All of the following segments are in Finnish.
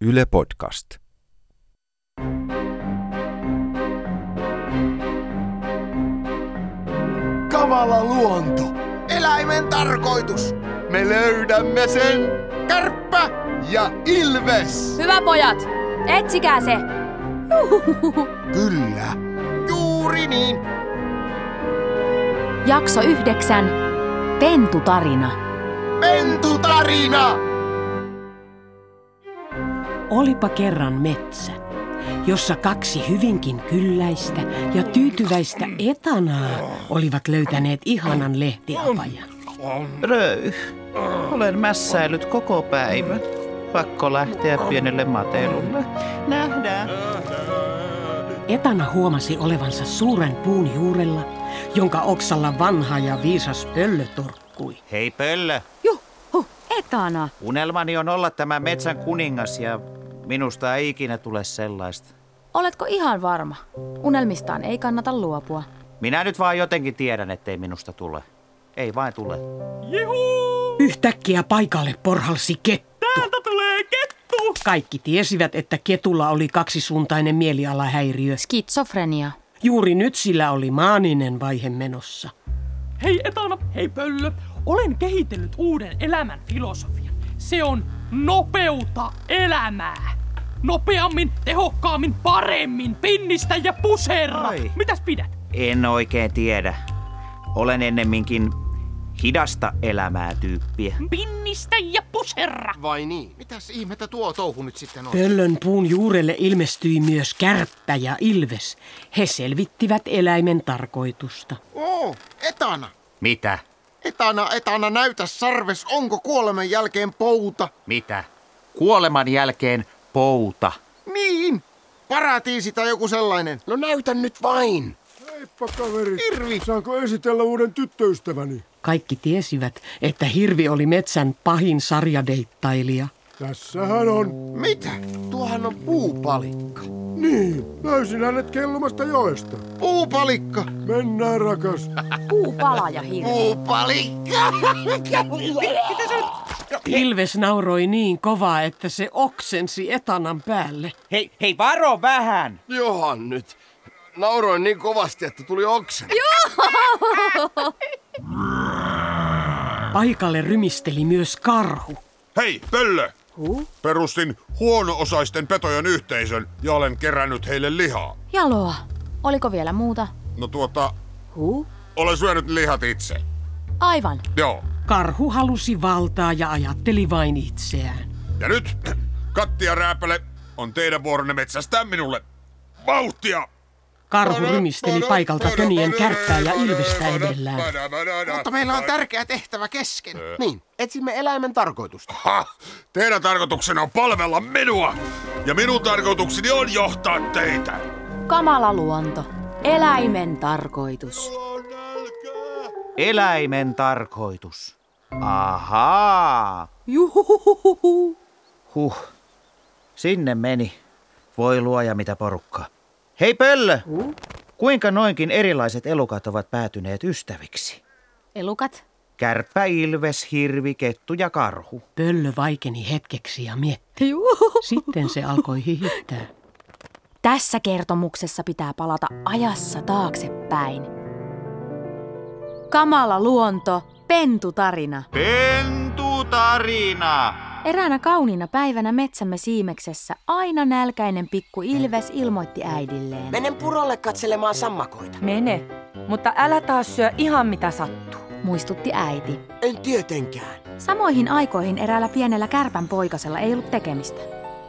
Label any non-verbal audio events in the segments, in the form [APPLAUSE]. Yle Podcast. Kamala luonto. Eläimen tarkoitus. Me löydämme sen. Kärppä ja Ilves. Hyvä pojat, etsikää se. Kyllä. Juuri niin. Jakso yhdeksän. Pentutarina. Pentutarina. Olipa kerran metsä, jossa kaksi hyvinkin kylläistä ja tyytyväistä etanaa olivat löytäneet ihanan lehtiapajan. Röy, olen mässäillyt koko päivän. Pakko lähteä pienelle matelulle. Nähdään. Etana huomasi olevansa suuren puun juurella, jonka oksalla vanha ja viisas pöllö torkkui. Hei Pöllö, Juh, huh, etana. unelmani on olla tämä metsän kuningas ja minusta ei ikinä tule sellaista. Oletko ihan varma? Unelmistaan ei kannata luopua. Minä nyt vaan jotenkin tiedän, ettei minusta tule. Ei vain tule. Yhtäkkiä paikalle porhalsi kettu. Täältä tulee kettu! Kaikki tiesivät, että ketulla oli kaksisuuntainen mielialahäiriö. Skitsofrenia. Juuri nyt sillä oli maaninen vaihe menossa. Hei Etana, hei Pöllö. Olen kehitellyt uuden elämän filosofian. Se on nopeuta elämää. Nopeammin, tehokkaammin, paremmin, pinnistä ja puserra. Ai. Mitäs pidät? En oikein tiedä. Olen ennemminkin hidasta elämää tyyppiä. Pinnistä ja puserra. Vai niin? Mitäs ihmettä tuo touhu nyt sitten on? Pöllön puun juurelle ilmestyi myös kärppä ja ilves. He selvittivät eläimen tarkoitusta. Oo, etana. Mitä? Etana, etana, näytä sarves, onko kuoleman jälkeen pouta? Mitä? Kuoleman jälkeen pouta. Niin. Paratiisi tai joku sellainen. No näytä nyt vain. Heippa kaveri, Irvi. saanko esitellä uuden tyttöystäväni? Kaikki tiesivät, että hirvi oli metsän pahin sarjadeittailija. Tässähän on. Mitä? Tuohan on puupalikka. Niin, löysin hänet kellumasta joesta. Puupalikka. Mennään rakas. Puupala ja hirvi. Puupalikka. Ilves nauroi niin kovaa, että se oksensi etanan päälle. Hei, hei, varo vähän! Johan nyt. Nauroin niin kovasti, että tuli oksen. Paikalle rymisteli myös karhu. Hei, Pöllö! Perustin huono-osaisten petojen yhteisön ja olen kerännyt heille lihaa. Jaloa. Oliko vielä muuta? No tuota, Huh? olen syönyt lihat itse. Aivan. Joo. Karhu halusi valtaa ja ajatteli vain itseään. Ja nyt, [CLEARS THROAT] Katti ja Rääpäle, on teidän vuoronne metsästää minulle. Vauhtia! Karhu rymisteli paikalta tönien kärppää ja ilvestä edellään. [LAUGHS] Mutta meillä on tärkeä tehtävä kesken. Niin, etsimme eläimen tarkoitusta. Ha! Teidän tarkoituksena on palvella minua! Ja minun tarkoitukseni on johtaa teitä! Kamala luonto. Eläimen tarkoitus. Eläimen tarkoitus. Ahaa. Juhuhuhuhu. Huh. Sinne meni. Voi luoja mitä porukkaa. Hei Pöllö! Kuinka noinkin erilaiset elukat ovat päätyneet ystäviksi? Elukat. Kärppä, ilves, hirvi, kettu ja karhu. Pöllö vaikeni hetkeksi ja mietti. Juhu. Sitten se alkoi hihittää. Tässä kertomuksessa pitää palata ajassa taaksepäin. Kamala luonto. Pentutarina. Pentu tarina! Eräänä kauniina päivänä metsämme siimeksessä aina nälkäinen pikku Ilves ilmoitti äidilleen. Menen purolle katselemaan sammakoita. Mene, mutta älä taas syö ihan mitä sattuu. Muistutti äiti. En tietenkään. Samoihin aikoihin eräällä pienellä kärpän poikasella ei ollut tekemistä.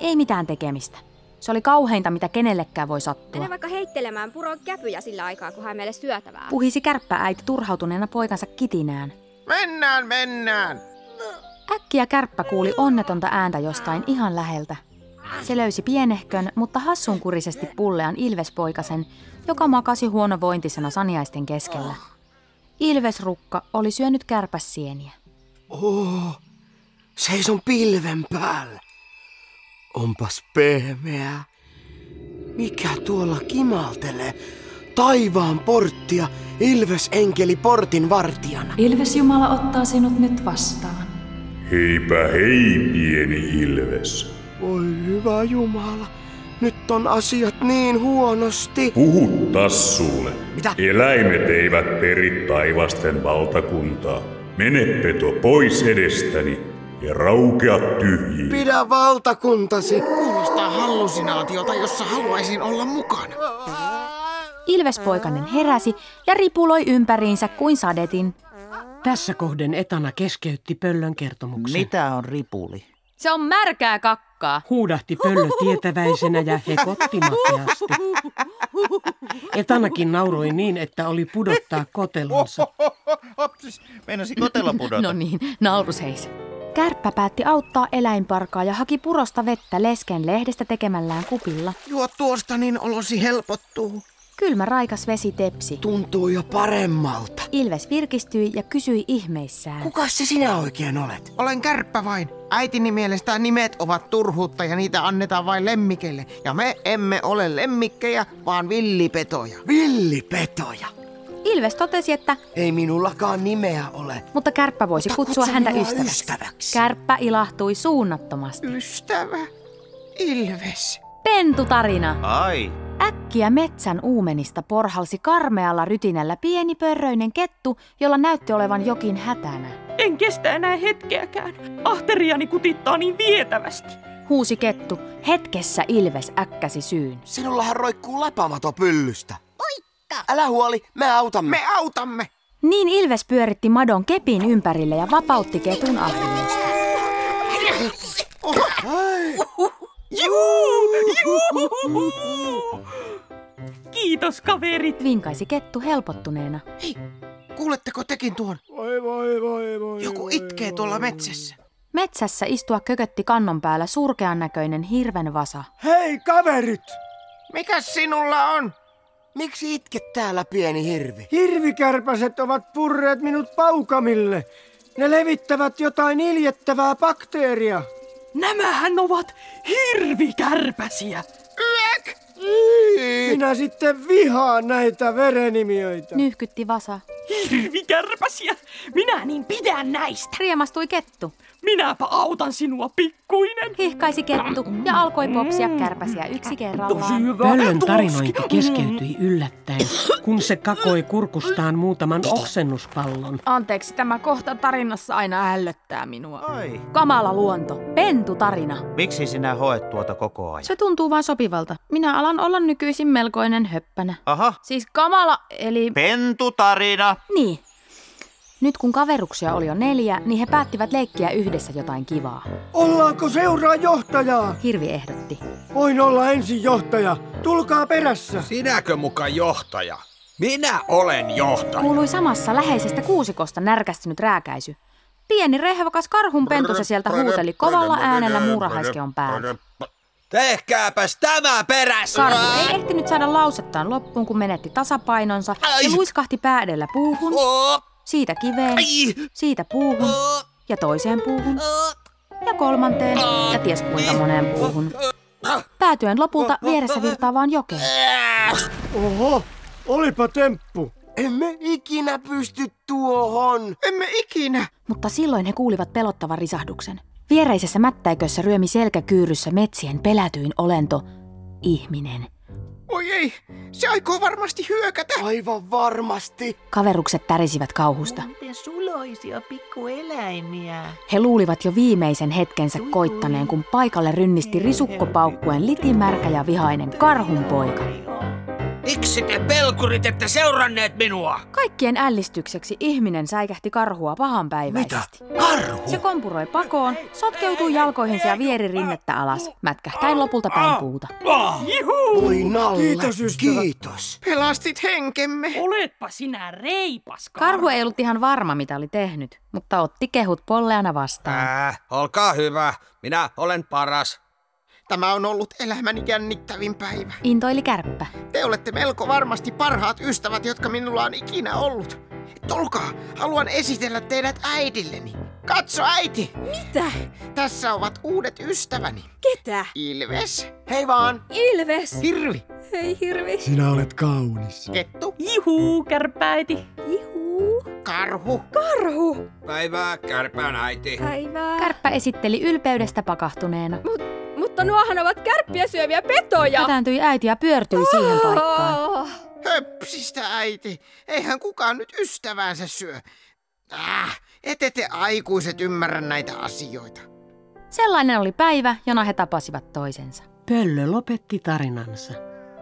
Ei mitään tekemistä. Se oli kauheinta, mitä kenellekään voi sattua. Mene vaikka heittelemään puron käpyjä sillä aikaa, kun hän meille syötävää. Puhisi kärppääiti turhautuneena poikansa kitinään. Mennään, mennään. Äkkiä kärppä kuuli onnetonta ääntä jostain ihan läheltä. Se löysi pienehkön, mutta hassunkurisesti pullean Ilvespoikasen, joka makasi huonovointisena saniaisten keskellä. Ilvesrukka oli syönyt kärpäsieniä. Oh, seison pilven päällä. Onpas pehmeää. Mikä tuolla kimaltelee? Taivaan porttia, ilvesenkeli portin vartijana. Ilves Jumala ottaa sinut nyt vastaan. Heipä hei, pieni ilves. Voi hyvä Jumala, nyt on asiat niin huonosti. Puhu tassulle. Mitä? Eläimet eivät peri taivasten valtakuntaa. Mene peto pois edestäni ja raukea tyhjiin. Pidä valtakuntasi. Kuulostaa hallusinaatiolta, jossa haluaisin olla mukana. Ilvespoikanen heräsi ja ripuloi ympäriinsä kuin sadetin. Tässä kohden Etana keskeytti pöllön kertomuksen. Mitä on [LAUGHS] ripuli? Se on märkää kakkaa. Huudahti pöllö tietäväisenä ja hekotti makeasti. Etanakin nauroi niin, että oli pudottaa kotelonsa. Meinasi kotelo pudota. No niin, nauru seis. Kärppä päätti auttaa eläinparkaa ja haki purosta vettä lesken lehdestä tekemällään kupilla. Juo tuosta, niin olosi helpottuu. Kylmä raikas vesi tepsi. Tuntuu jo paremmalta. Ilves virkistyi ja kysyi ihmeissään. Kuka se sinä oikein olet? Olen kärppä vain. Äitini mielestään nimet ovat turhuutta ja niitä annetaan vain lemmikeille. Ja me emme ole lemmikkejä, vaan villipetoja. Villipetoja. Ilves totesi, että Ei minullakaan nimeä ole. mutta kärppä voisi Mutta kutsua kutsu häntä minua ystäväksi. ystäväksi. Kärppä ilahtui suunnattomasti. Ystävä, Ilves. Pentutarina. Ai, Äkkiä metsän uumenista porhalsi karmealla rytinällä pieni pörröinen kettu, jolla näytti olevan jokin hätänä. En kestä enää hetkeäkään. Ahteriani kutittaa niin vietävästi. Huusi kettu. Hetkessä Ilves äkkäsi syyn. Sinullahan roikkuu lapamato pyllystä. Oikka! Älä huoli, me autamme. Me autamme. Niin Ilves pyöritti madon kepin ympärille ja vapautti ketun ahdingosta. Juu! Juu! Kiitos kaverit. Vinkaisi kettu helpottuneena. Kuuletteko tekin tuon? Voi voi voi voi. Joku itkee tuolla metsässä. Metsässä istua kökötti kannon päällä surkean näköinen hirven vasa. Hei kaverit! Mikäs sinulla on? Miksi itket täällä, pieni hirvi? Hirvikärpäset ovat purreet minut paukamille. Ne levittävät jotain iljettävää bakteeria. Nämähän ovat hirvikärpäsiä. Minä sitten vihaan näitä verenimiöitä. Nyhkytti vasa. Hirvikärpäsiä. Minä niin pidän näistä. Riemastui kettu. Minäpä autan sinua, pikkuinen. Hihkaisi kettu ja alkoi popsia kärpäsiä yksi kerrallaan. Pöllön tarinointi keskeytyi yllättäen, kun se kakoi kurkustaan muutaman oksennuspallon. Anteeksi, tämä kohta tarinassa aina ällöttää minua. Ai. Kamala luonto. Pentutarina. miksi sinä hoet tuota koko ajan? Se tuntuu vaan sopivalta. Minä alan olla nykyisin melkoinen höppänä. Aha, Siis kamala, eli... pentutarina. Niin. Nyt kun kaveruksia oli jo neljä, niin he päättivät leikkiä yhdessä jotain kivaa. Ollaanko seuraa johtajaa? Hirvi ehdotti. Voin olla ensin johtaja. Tulkaa perässä. Sinäkö muka johtaja? Minä olen johtaja. Kuului samassa läheisestä kuusikosta närkästynyt rääkäisy. Pieni rehvakas karhunpentu se sieltä huuteli kovalla äänellä muurahaiskeon päällä. Tehkääpäs tämä perässä! Karhu ei ehtinyt saada lausettaan loppuun, kun menetti tasapainonsa ja luiskahti pää edellä puuhun, siitä kiveen, siitä puuhun ja toiseen puuhun ja kolmanteen ja ties kuinka Niin. moneen puuhun. Päätyen lopulta vieressä virtaavaan jokeen. Oho, olipa temppu. Emme ikinä pysty tuohon. Emme ikinä. Mutta silloin he kuulivat pelottavan risahduksen. Viereisessä mättäikössä ryömi selkäkyyryssä metsien pelätyin olento, ihminen. Oi ei, se aikoo varmasti hyökätä. Aivan varmasti. Kaverukset tärisivät kauhusta. Te suloisia pikkueläimiä. He luulivat jo viimeisen hetkensä koittaneen, kun paikalle rynnisti risukkopaukkuen litimärkä ja vihainen karhunpoika. Miksi te pelkurit ette seuranneet minua? Kaikkien ällistykseksi ihminen säikähti karhua pahanpäiväisesti. Karhu? Se kompuroi pakoon, sotkeutui jalkoihinsa ja vieri rinnettä alas, mätkähtäen lopulta päin puuta. Voi nalle. Kiitos, ystävä. Kiitos. Pelastit henkemme. Oletpa sinä reipas, Karhu ei ollut ihan varma, mitä oli tehnyt, mutta otti kehut polleana vastaan. Äh, olkaa hyvä. Minä olen paras. Tämä on ollut elämäni jännittävin päivä. Intoili kärppä. Te olette melko varmasti parhaat ystävät, jotka minulla on ikinä ollut. Tulkaa, haluan esitellä teidät äidilleni. Katso äiti! Mitä? Tässä ovat uudet ystäväni. Ketä? Ilves, Hei vaan. Ilves! Hirvi, Hei hirvi! Sinä olet kaunis. Kettu, Juhu, kärpäiti. Jihuu! Karhu, Karhu! Päivää, kärpään äiti. Päivää! Kärppä esitteli ylpeydestä pakahtuneena. Mut mutta nuohan ovat kärppiä syöviä petoja. Hätääntyi äiti ja pyörtyi siihen paikkaan. Höpsistä äiti, eihän kukaan nyt ystäväänsä syö. Äh, ette te aikuiset ymmärrä näitä asioita. Sellainen oli päivä, jona he tapasivat toisensa. Pöllö lopetti tarinansa.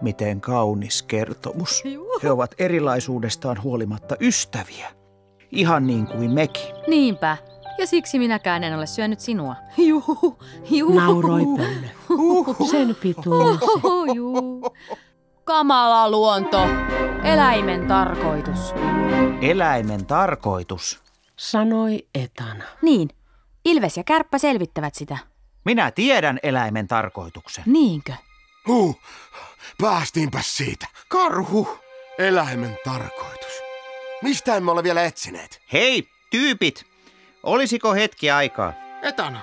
Miten kaunis kertomus. He ovat erilaisuudestaan huolimatta ystäviä. Ihan niin kuin mekin. Niinpä. Ja siksi minäkään en ole syönyt sinua. Juu, juu. Nauroi pöllö. Sen pituus. Oho, juu. Kamala luonto. Eläimen tarkoitus. Eläimen tarkoitus. Sanoi Etana. Niin. Ilves ja kärppä selvittävät sitä. Minä tiedän eläimen tarkoituksen. Niinkö? Huh, päästiinpäs siitä. Karhu, eläimen tarkoitus. Mistä emme ole vielä etsineet? Hei, tyypit! Olisiko hetki aikaa? Etana,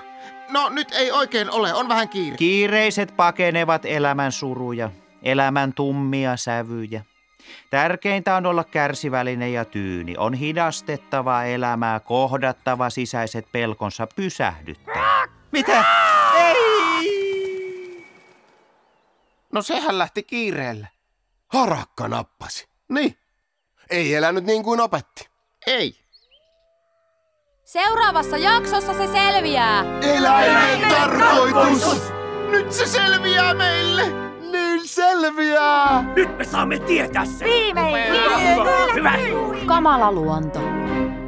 no nyt ei oikein ole, on vähän kiire. Kiireiset pakenevat elämän suruja, elämän tummia sävyjä. Tärkeintä on olla kärsivällinen ja tyyni. On hidastettava elämää, kohdattava sisäiset pelkonsa, pysähdyttävä. Mitä? No sehän lähti kiireellä. Harakka nappasi. Niin. Ei elänyt niin kuin opetti. Ei. Seuraavassa jaksossa se selviää. Eläimen tarkoitus! Nyt se selviää meille! Niin selviää! Nyt me saamme tietää sen. Viimein! Hyvä. Kamala luonto.